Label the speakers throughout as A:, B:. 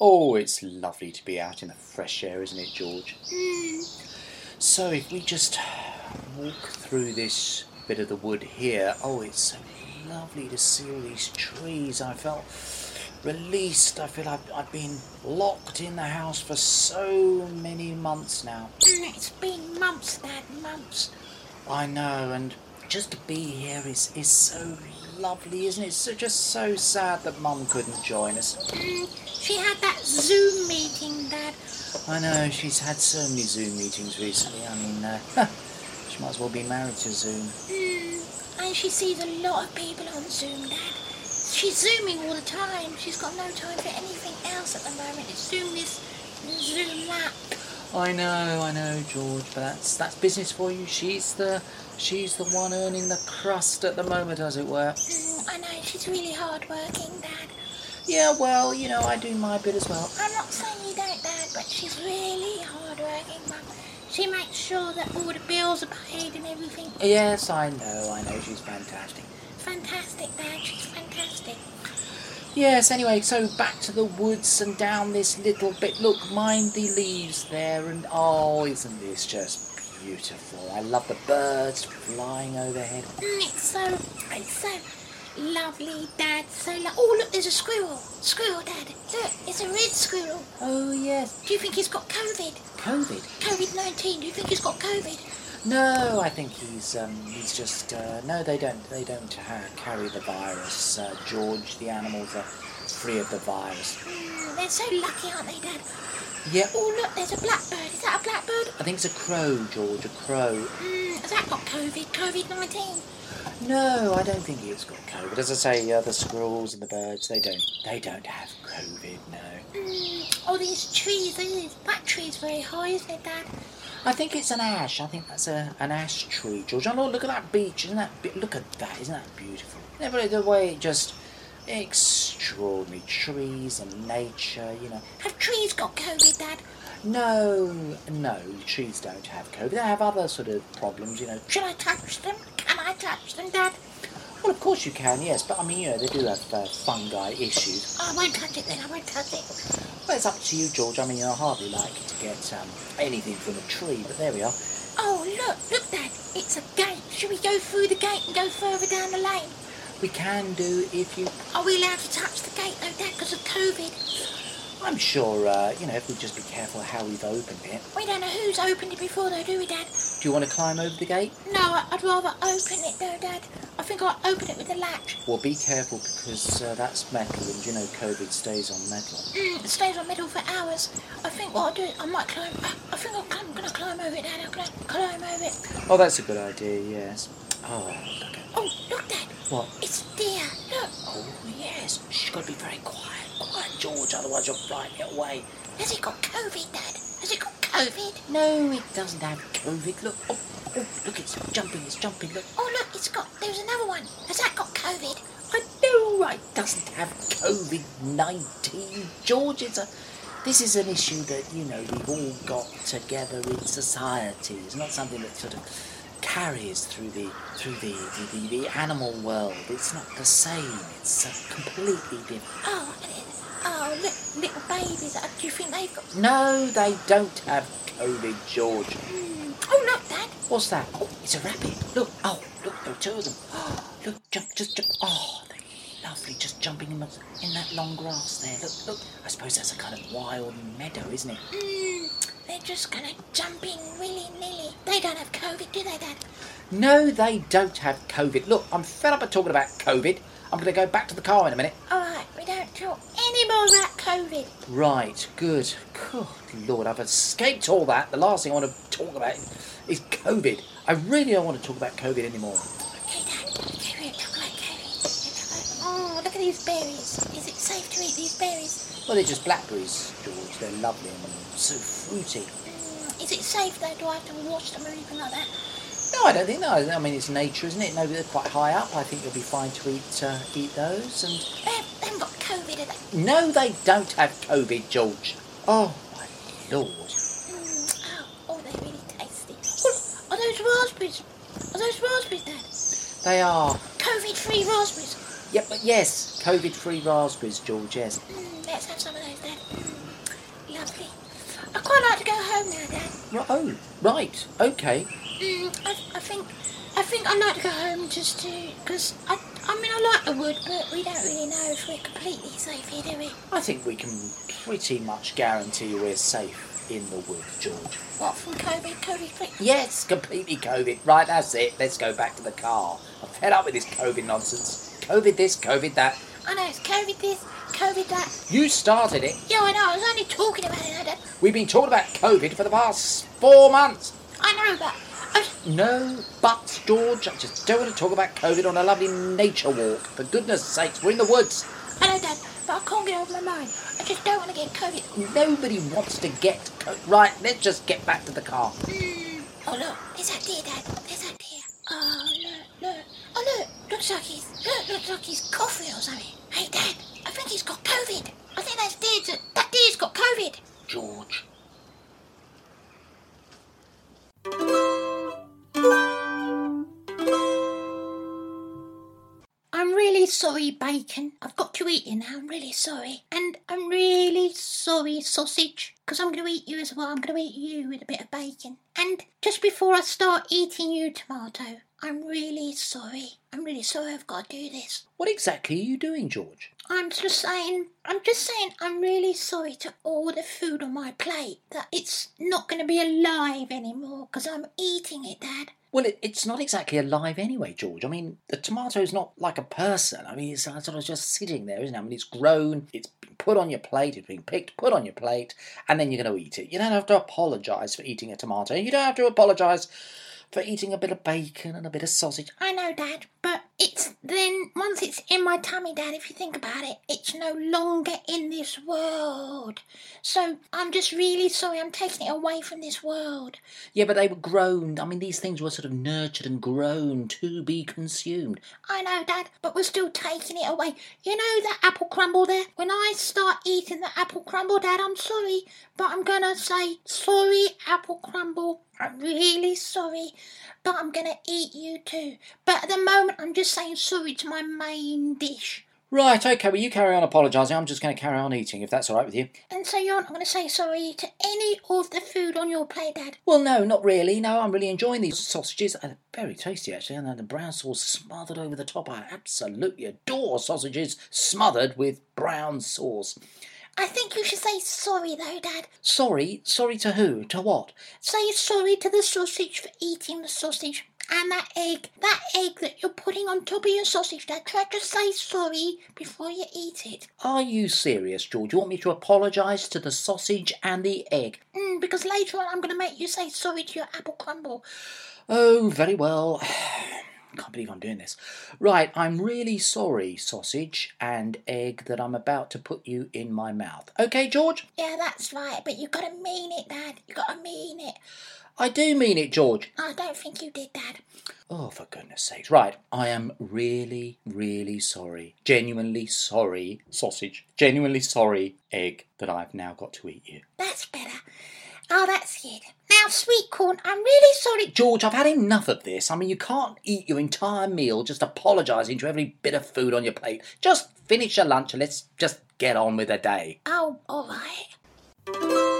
A: Oh, it's lovely to be out in the fresh air, isn't it, George? So, if we just walk through this bit of the wood here, oh, it's so lovely to see all these trees. I felt released. I feel I've, I've been locked in the house for so many months now.
B: Mm, It's been months, Dad, months.
A: I know, and just to be here is, is so lovely, isn't it? So just so sad that Mum couldn't join us.
B: Mm, She had that Zoom meeting, Dad.
A: I know she's had so many Zoom meetings recently. I mean, uh, she might as well be married to Zoom.
B: Mm, And she sees a lot of people on Zoom, Dad. She's Zooming all the time. She's got no time for anything else at the moment. It's Zoom this, Zoom that.
A: I know, I know, George, but that's that's business for you. She's the she's the one earning the crust at the moment, as it were.
B: Mm, I know, she's really hard working, Dad.
A: Yeah, well, you know, I do my bit as well.
B: I'm not saying you don't, Dad, but she's really hard working, Mum. She makes sure that all the bills are paid and everything.
A: Yes, I know, I know, she's fantastic.
B: Fantastic, Dad. She's fantastic.
A: Yes, anyway, so back to the woods and down this little bit. Look, mind the leaves there, and oh, isn't this just beautiful? I love the birds flying overhead.
B: Mm, It's so, it's so lovely, Dad. So lo- oh look, there's a squirrel. Squirrel, Dad. Look, it's a red squirrel.
A: Oh, yes,
B: Do you think he's got COVID?
A: COVID.
B: COVID nineteen. Do you think he's got COVID?
A: No, I think he's um, he's just uh, no. They don't they don't ha- carry the virus. Uh, George, the animals are free of the virus.
B: Mm, they're so lucky, aren't they, Dad?
A: Yeah,
B: Oh look, there's a blackbird. Is that a blackbird?
A: I think it's a crow, George. A crow.
B: Mm, has that got COVID? COVID nineteen.
A: No, I don't think he's got COVID. As I say, uh, the squirrels and the birds they don't they don't have COVID. No,
B: Mm, oh, these trees. These that tree's very high, isn't it, Dad?
A: I think it's an ash. I think that's a an ash tree, George. And look, look at that beach. Isn't that be- look at that? Isn't that beautiful? Yeah, but the way it just extraordinary trees and nature. You know.
B: Have trees got COVID, Dad?
A: No, no, trees don't have COVID. They have other sort of problems, you know.
B: Should I touch them? Can I touch them, Dad?
A: Well, of course you can, yes, but I mean, you know, they do have uh, fungi issues.
B: Oh, I won't touch it then. I won't touch it.
A: But it's up to you, George. I mean, you're hardly likely to get um, anything from a tree, but there we are.
B: Oh, look, look, Dad. It's a gate. Should we go through the gate and go further down the lane?
A: We can do if you.
B: Are we allowed to touch the gate, though, Dad, because of COVID?
A: I'm sure, uh, you know, if we just be careful how we've opened it.
B: We don't know who's opened it before, though, do we, Dad?
A: Do you want to climb over the gate?
B: No, I- I'd rather open it, though, Dad. I think I'll open it with a latch.
A: Well, be careful because uh, that's metal, and you know, COVID stays on metal.
B: Mm, it stays on metal for hours. I think what I'll do, I might climb. I I think I'll, I'm going to climb over it, Dad. I'm going to climb over it.
A: Oh, that's a good idea, yes. Oh, look at
B: Oh, look, Dad.
A: what?
B: It's a deer. Look.
A: Oh yes, she's got to be very quiet, quiet, George. Otherwise, you'll frighten it away.
B: Has it got COVID, Dad? Has it got COVID?
A: No, it doesn't have COVID. Look, oh, oh, look, it's jumping, it's jumping. Look,
B: Oh, look, it's got. There's another one. Has that got COVID?
A: I know it doesn't have COVID nineteen, George. It's a, this is an issue that you know we've all got together in society. It's not something that sort of carries through the through the the, the, the animal world. It's not the same. It's uh, completely different.
B: Oh, and it- oh, look, little babies. uh, Do you think they've got?
A: No, they don't have COVID, George.
B: Mm. Oh, look, Dad.
A: What's that? Oh, it's a rabbit. Look, oh, look, there are two of them. Oh, look, jump, just jump. Oh, they're lovely, just jumping in, the, in that long grass there. Look, look. I suppose that's a kind of wild meadow, isn't it?
B: Mm. They're just gonna jump in willy nilly. They don't have COVID, do they, Dad?
A: No, they don't have COVID. Look, I'm fed up of talking about COVID. I'm going to go back to the car in a minute.
B: All right, we don't talk any more about COVID.
A: Right, good. Good lord, I've escaped all that. The last thing I want to talk about is COVID. I really don't want to talk about COVID anymore.
B: Okay, Dad. Okay, we don't talk about COVID. We'll talk about- Oh, look at these berries. Is it safe to eat these berries?
A: Well, they're just blackberries, George. They're lovely and so fruity.
B: Mm. Is it safe though? Do I have to wash them or anything like that?
A: No, I don't think that. I mean, it's nature, isn't it? No, they're quite high up. I think you'll be fine to eat uh, eat those. And
B: They haven't they haven't got COVID, have they?
A: no, they don't have COVID, George. Oh my lord!
B: Mm. Oh, oh, they're really tasty. Oh, are those raspberries? Are those raspberries, Dad?
A: They are.
B: COVID-free raspberries.
A: Yep, but yes, COVID free raspberries, George, yes.
B: Mm, let's have some of those, Dad. Mm, lovely. I quite like to go home now, Dad.
A: Right, oh, right, okay.
B: Mm, I, I think I think I'd like to go home just to because I I mean I like the wood, but we don't really know if we're completely safe here, do we?
A: I think we can pretty much guarantee we're safe in the wood, George.
B: What from COVID? COVID free?
A: Yes, completely COVID. Right, that's it. Let's go back to the car. I'm fed up with this COVID nonsense. COVID this, COVID that.
B: I know it's COVID this, COVID that.
A: You started it.
B: Yeah, I know. I was only talking about it, Dad.
A: We've been talking about COVID for the past four months.
B: I know, but I,
A: No buts, George. I just don't want to talk about COVID on a lovely nature walk. For goodness sakes, we're in the woods.
B: I know, Dad, but I can't get over my mind. I just don't want to get COVID.
A: Nobody wants to get co- right. Let's just get back to the car.
B: Mm. Oh look, there's that deer, Dad. There's that deer. Oh look, look. Oh look, looks like he's look, looks like he's coughing or something. Hey, Dad, I think he's got COVID. I think that's deer. That deer's got COVID.
A: George.
B: I'm really sorry, bacon. I've got to eat you now. I'm really sorry. And I'm really sorry, sausage, because I'm going to eat you as well. I'm going to eat you with a bit of bacon. And just before I start eating you, tomato, I'm really sorry. I'm really sorry I've got to do this.
A: What exactly are you doing, George?
B: I'm just saying, I'm just saying, I'm really sorry to all the food on my plate that it's not going to be alive anymore because I'm eating it, Dad.
A: Well, it, it's not exactly alive anyway, George. I mean, the tomato's not like a person. I mean, it's uh, sort of just sitting there, isn't it? I mean, it's grown, it's been put on your plate, it's been picked, put on your plate, and then you're going to eat it. You don't have to apologise for eating a tomato. You don't have to apologise for eating a bit of bacon and a bit of sausage.
B: I know, Dad, but it's then once it's in my tummy, Dad, if you think about it, it's no longer in this world. So I'm just really sorry I'm taking it away from this world.
A: Yeah, but they were grown. I mean, these things were sort of nurtured and grown to be consumed.
B: I know, Dad, but we're still taking it away. You know that apple crumble there? When I start eating the apple crumble, Dad, I'm sorry, but I'm gonna say, sorry, apple crumble. I'm really sorry, but I'm gonna eat you too. But at the moment, I'm just saying sorry to my main dish.
A: Right, okay, well, you carry on apologising. I'm just going to carry on eating, if that's all right with you.
B: And so you're not gonna say sorry to any of the food on your plate, Dad.
A: Well, no, not really. No, I'm really enjoying these sausages. Uh, very tasty, actually. And then the brown sauce smothered over the top. I absolutely adore sausages smothered with brown sauce.
B: I think you should say sorry though, Dad.
A: Sorry, sorry to who? To what?
B: Say sorry to the sausage for eating the sausage. And that egg, that egg that you're putting on top of your sausage, Dad. Try to say sorry before you eat it.
A: Are you serious, George? You want me to apologise to the sausage and the egg?
B: Mm, because later on, I'm going to make you say sorry to your apple crumble.
A: Oh, very well. Can't believe I'm doing this. Right, I'm really sorry, sausage and egg, that I'm about to put you in my mouth. Okay, George?
B: Yeah, that's right. But you got to mean it, Dad. You got to mean it. Oh,
A: I do mean it, George.
B: I don't think you did, Dad.
A: Oh, for goodness sakes. Right, I am really, really sorry. Genuinely sorry, sausage. Genuinely sorry, egg, that I've now got to eat you.
B: That's better. Oh, that's good. Now, sweet corn, I'm really sorry.
A: George, I've had enough of this. I mean, you can't eat your entire meal just apologising to every bit of food on your plate. Just finish your lunch and let's just get on with the day.
B: Oh, all right.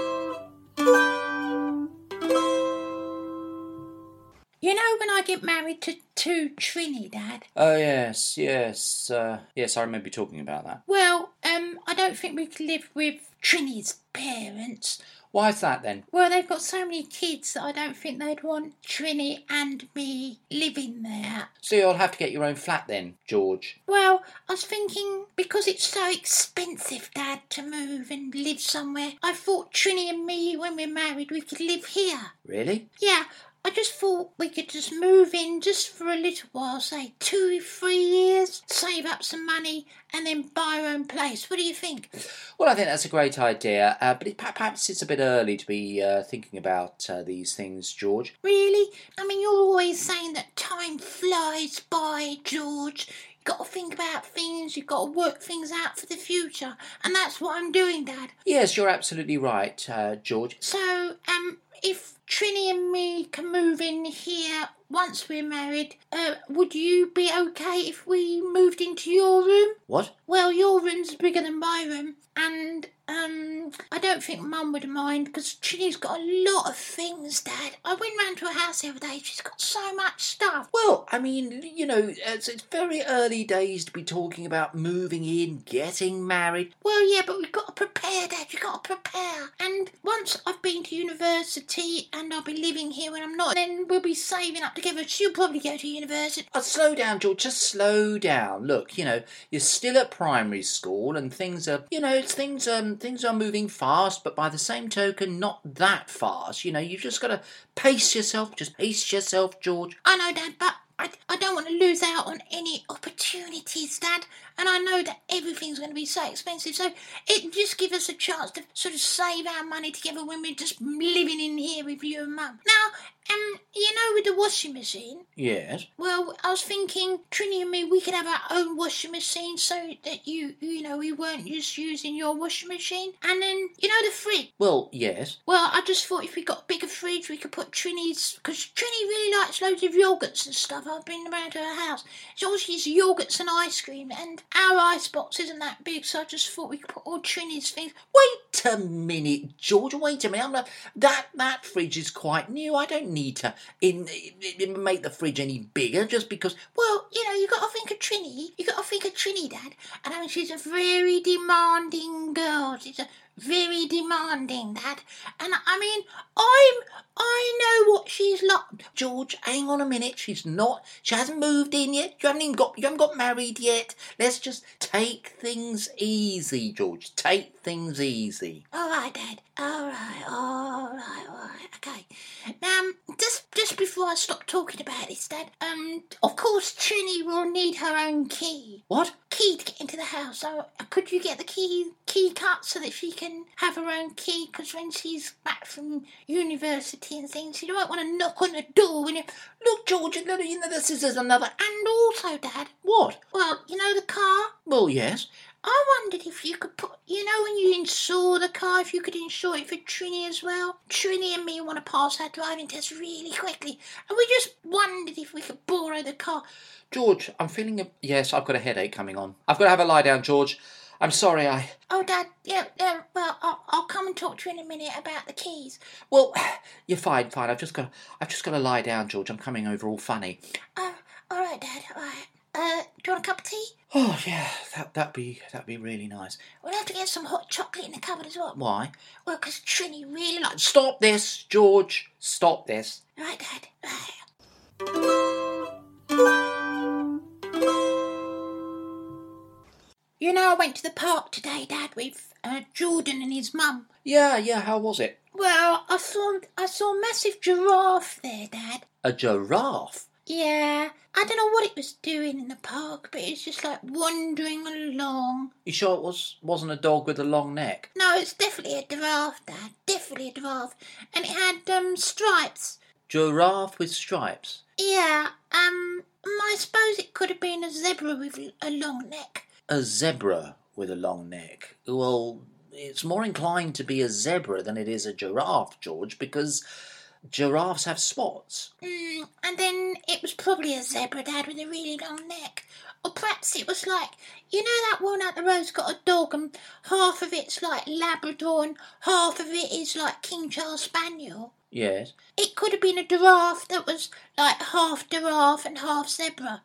B: You know when I get married to to Trini, Dad?
A: Oh, yes, yes, uh, yes, I remember you talking about that.
B: Well, um, I don't think we can live with Trini's parents.
A: Why is that then?
B: Well, they've got so many kids that I don't think they'd want Trini and me living there.
A: So you'll have to get your own flat then, George.
B: Well, I was thinking because it's so expensive, Dad, to move and live somewhere. I thought Trini and me, when we're married, we could live here.
A: Really?
B: Yeah, I just thought we could just move in just for a little while, say two, three years, save up some money, and then buy our own place. What do you think?
A: Well, I think that's a great idea, uh, but it, per- perhaps it's a bit early to be uh, thinking about uh, these things, George.
B: Really? I mean, you're always saying that time flies by, George. You've got to think about things, you've got to work things out for the future, and that's what I'm doing, Dad.
A: Yes, you're absolutely right, uh, George.
B: So, um, if Trini and me can move in here once we're married. Uh, would you be okay if we moved into your room?
A: What?
B: Well, your room's bigger than my room, and um, I don't think Mum would mind because Trini's got a lot of things, Dad. I went round to her house the other day. She's got so much stuff.
A: Well, I mean, you know, it's, it's very early days to be talking about moving in, getting married.
B: Well, yeah, but we've got to prepare, Dad. You've got to prepare. And once I've been to university and I'll be living here when I'm not, then we'll be saving up together. She'll probably go to university.
A: Uh, slow down, George. Just slow down. Look, you know, you're still at primary school, and things are, you know, it's things um things are moving fast, but by the same token, not that fast. You know, you've just got to pace yourself. Just pace yourself, George.
B: I know, Dad, but I, I don't want to lose out on any opportunities, Dad. And I know that everything's going to be so expensive, so it just give us a chance to sort of save our money together when we're just living in here with you and Mum. Now, um, you know, with the washing machine,
A: Yes.
B: well, I was thinking, Trini and me, we could have our own washing machine so that you, you know, we weren't just using your washing machine. And then, you know, the fridge.
A: Well, yes.
B: Well, I just thought if we got a bigger fridge, we could put Trini's, because Trini really likes loads of yogurts and stuff. I've been around to her house. It's all she's yogurts and ice cream, and our ice box isn't that big, so I just thought we could put all Trini's things.
A: Wait a minute, George. Wait a minute. I'm not, that that fridge is quite new. I don't need to in, in- make the fridge any bigger just because.
B: Well, you know, you got to think of Trini. You got to think of Trini, Dad. And I mean, she's a very demanding girl. She's a very demanding, Dad. And I mean, I'm I know what she's like.
A: George, hang on a minute. She's not. She hasn't moved in yet. You haven't even got. You haven't got married yet. Let's just take things easy, George. Take things easy.
B: All right, Dad. All right, all right, all right. Okay. Now, um, just just before I stop talking about this, Dad. Um, of course, Trini will need her own key.
A: What?
B: Key to get into the house. So, uh, could you get the key key cut so that she can have her own key? Because when she's back from university and things, she won't want to knock on the door. When you
A: Look, George. You know, you know this is another.
B: and also, Dad.
A: What?
B: Well, you know the car.
A: Well, yes.
B: I wondered if you could put, you know, when you insure the car, if you could insure it for Trini as well. Trini and me want to pass our driving test really quickly, and we just wondered if we could borrow the car.
A: George, I'm feeling a. Yes, I've got a headache coming on. I've got to have a lie down, George. I'm sorry. I.
B: Oh, Dad, yeah, yeah well, I'll, I'll come and talk to you in a minute about the keys.
A: Well, you're fine, fine. I've just got. I've just got to lie down, George. I'm coming over all funny.
B: Oh, all right, Dad, all right. Uh, do you want a cup of tea?
A: Oh yeah, that that'd be that'd be really nice.
B: We'll have to get some hot chocolate in the cupboard as well.
A: Why?
B: Well, 'cause Trini really likes.
A: Stop this, George. Stop this.
B: Right, Dad. Right. You know, I went to the park today, Dad, with uh, Jordan and his mum.
A: Yeah, yeah. How was it?
B: Well, I saw I saw a massive giraffe there, Dad.
A: A giraffe.
B: Yeah, I don't know what it was doing in the park, but it's just like wandering along.
A: You sure it was wasn't a dog with a long neck?
B: No, it's definitely a giraffe, Dad. Definitely a giraffe, and it had um stripes.
A: Giraffe with stripes.
B: Yeah, um, I suppose it could have been a zebra with a long neck.
A: A zebra with a long neck. Well, it's more inclined to be a zebra than it is a giraffe, George, because giraffes have spots.
B: Mm, and then it was probably a zebra, Dad, with a really long neck. Or perhaps it was like, you know, that one out the road's got a dog, and half of it's like Labrador, and half of it is like King Charles Spaniel.
A: Yes.
B: It could have been a giraffe that was like half giraffe and half zebra.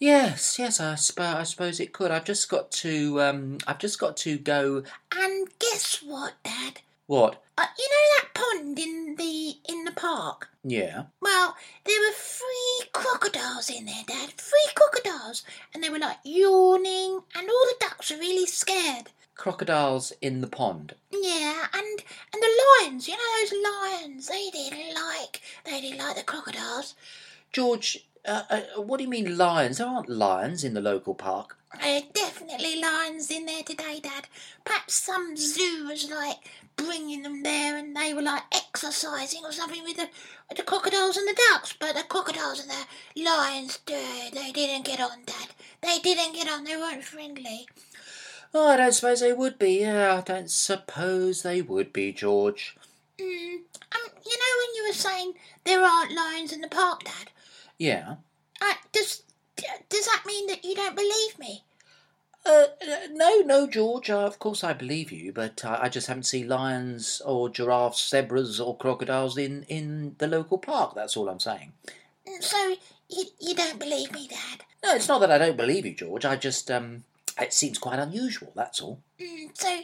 A: Yes, yes, I, sp- I suppose it could. I've just got to, um, I've just got to go.
B: And guess what, Dad?
A: What?
B: Uh, you know that pond in the in the park.
A: Yeah.
B: Well, there were three crocodiles in there, Dad. Three crocodiles, and they were like yawning, and all the ducks were really scared.
A: Crocodiles in the pond.
B: Yeah, and and the lions, you know those lions, they didn't like they didn't like the crocodiles.
A: George, uh, uh, what do you mean lions? There aren't lions in the local park.
B: There are definitely lions in there today, Dad. Perhaps some zoo was like bringing them there, and they were like exercising or something with the with the crocodiles and the ducks. But the crocodiles and the lions, dude, they didn't get on, Dad. They didn't get on. They weren't friendly.
A: Oh, I don't suppose they would be. Yeah, I don't suppose they would be, George.
B: Mm, um, You know when you were saying there aren't lions in the park, Dad?
A: Yeah.
B: Uh, does does that mean that you don't believe me?
A: Uh, uh, no, no, George. Uh, of course, I believe you, but uh, I just haven't seen lions or giraffes, zebras or crocodiles in in the local park. That's all I'm saying.
B: Mm, So you, you don't believe me, Dad?
A: No, it's not that I don't believe you, George. I just um, it seems quite unusual. That's all.
B: Mm, so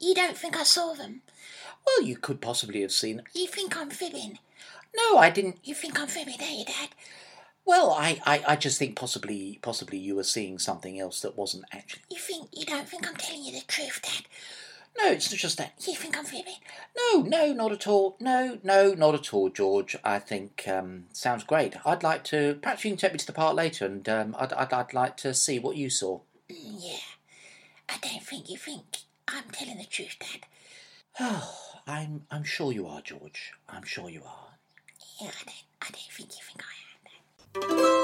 B: you don't think I saw them?
A: Well, you could possibly have seen.
B: You think I'm fibbing?
A: No, I didn't.
B: You think I'm fibbing, don't you, Dad?
A: Well, I, I, I just think possibly possibly you were seeing something else that wasn't actually.
B: You think you don't think I'm telling you the truth, Dad?
A: No, it's just that.
B: You think I'm fibbing?
A: No, no, not at all. No, no, not at all, George. I think um, sounds great. I'd like to. Perhaps you can take me to the park later, and um, I'd, I'd I'd like to see what you saw.
B: Mm, yeah. I don't think you think I'm telling the truth, Dad.
A: Oh, I'm I'm sure you are, George. I'm sure you are.
B: Yeah, I don't. I don't think you think I am.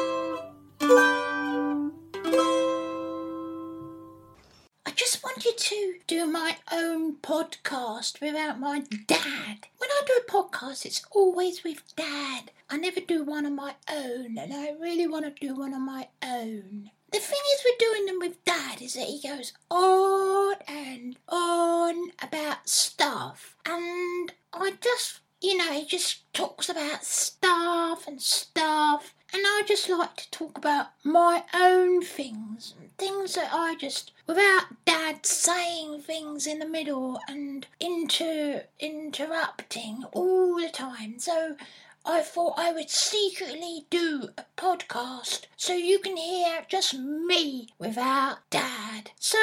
B: I just wanted to do my own podcast without my dad. When I do a podcast, it's always with dad. I never do one on my own, and I really want to do one on my own. The thing is, with doing them with dad is that he goes on and on about stuff, and I just you know, he just talks about stuff and stuff. And I just like to talk about my own things, and things that I just, without Dad saying things in the middle and inter interrupting all the time. So I thought I would secretly do a podcast so you can hear just me without Dad. So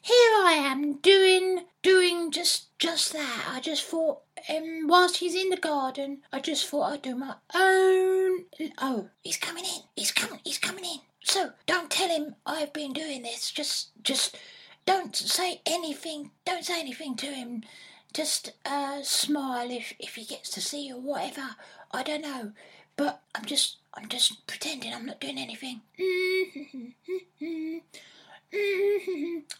B: here I am doing doing just just that. I just thought um, whilst he's in the garden, I just thought I'd do my own. Oh, he's coming in. He's coming. He's coming in. So don't tell him I've been doing this. Just, just don't say anything. Don't say anything to him. Just uh, smile if if he gets to see you or whatever. I don't know, but I'm just I'm just pretending I'm not doing anything.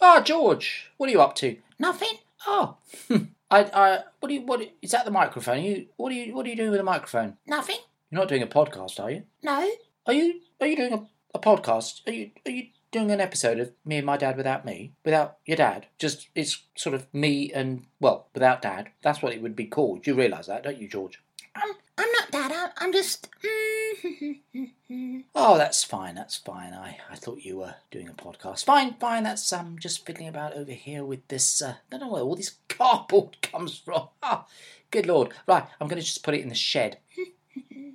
A: Ah, George, what are you up to?
B: Nothing.
A: Oh, I, I, what do you, what is that? The microphone? You, what do you, what are you doing with a microphone?
B: Nothing.
A: You're not doing a podcast, are you?
B: No.
A: Are you, are you doing a, a podcast? Are you, are you doing an episode of me and my dad without me, without your dad? Just it's sort of me and well, without dad. That's what it would be called. You realise that, don't you, George?
B: I'm I'm not that. I'm, I'm just.
A: Oh, that's fine. That's fine. I, I thought you were doing a podcast. Fine, fine. That's um just fiddling about over here with this. Uh, I don't know where all this cardboard comes from. Ah, good lord. Right, I'm going to just put it in the shed.
B: Mm,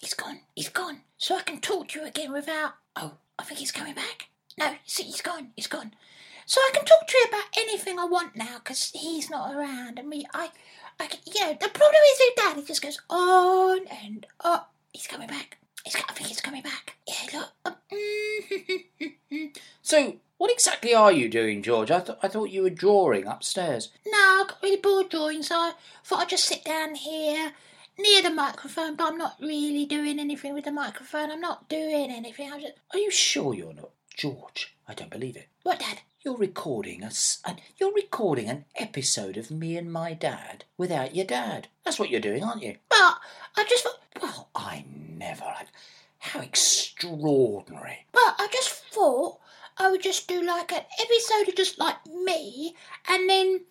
B: He's gone. He's gone. So I can talk to you again without. Oh, I think he's coming back. No, see, he's gone. He's gone. So I can talk to you about anything I want now because he's not around. And we, I, I, can- you know, the problem is with Dad. He just goes on and on. He's coming back. He's, co- I think he's coming back. Yeah, look. Um,
A: So, what exactly are you doing, George? I, th- I thought you were drawing upstairs.
B: No, I got really bored drawing, so I thought I'd just sit down here near the microphone, but I'm not really doing anything with the microphone. I'm not doing anything. I'm just.
A: Are you sure you're not George? I don't believe it.
B: What, Dad?
A: You're recording us. uh, You're recording an episode of me and my dad without your dad. That's what you're doing, aren't you?
B: But I just thought.
A: Well, I never. I- How extraordinary.
B: But I just thought I would just do like an episode of just like me, and then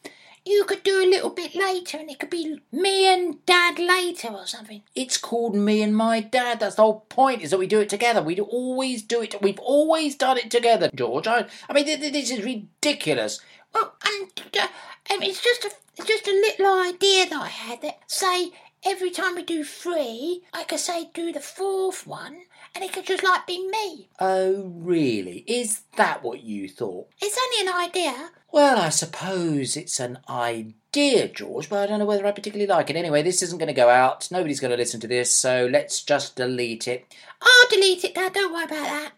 B: you could do a little bit later, and it could be me and Dad later or something.
A: It's called Me and My Dad. That's the whole point, is that we do it together. We do always do it. We've always done it together, George. I, I mean, th- th- this is ridiculous.
B: Well, and uh, um, it's just a it's just a little idea that I had that say every time we do three, I could say do the fourth one, and it could just like be me.
A: Oh, really? Is that what you thought?
B: It's only an idea.
A: Well, I suppose it's an idea, George, but I don't know whether I particularly like it. Anyway, this isn't going to go out. Nobody's going to listen to this, so let's just delete it.
B: I'll delete it now. Don't worry about that.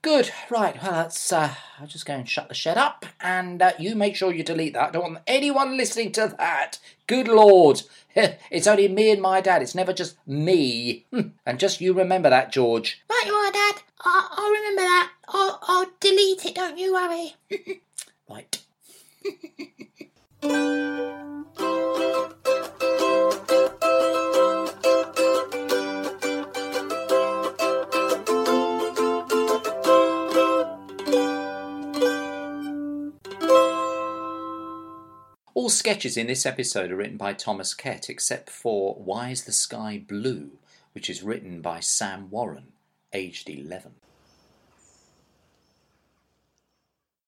A: Good. Right. Well, that's. Uh, I'll just go and shut the shed up, and uh, you make sure you delete that. I don't want anyone listening to that. Good lord. it's only me and my dad. It's never just me. Hmm. and just you remember that, George.
B: Right, you are, Dad. I- I'll remember that. I'll I'll delete it. Don't you worry.
A: Right. All sketches in this episode are written by Thomas Kett, except for Why is the Sky Blue, which is written by Sam Warren, aged 11.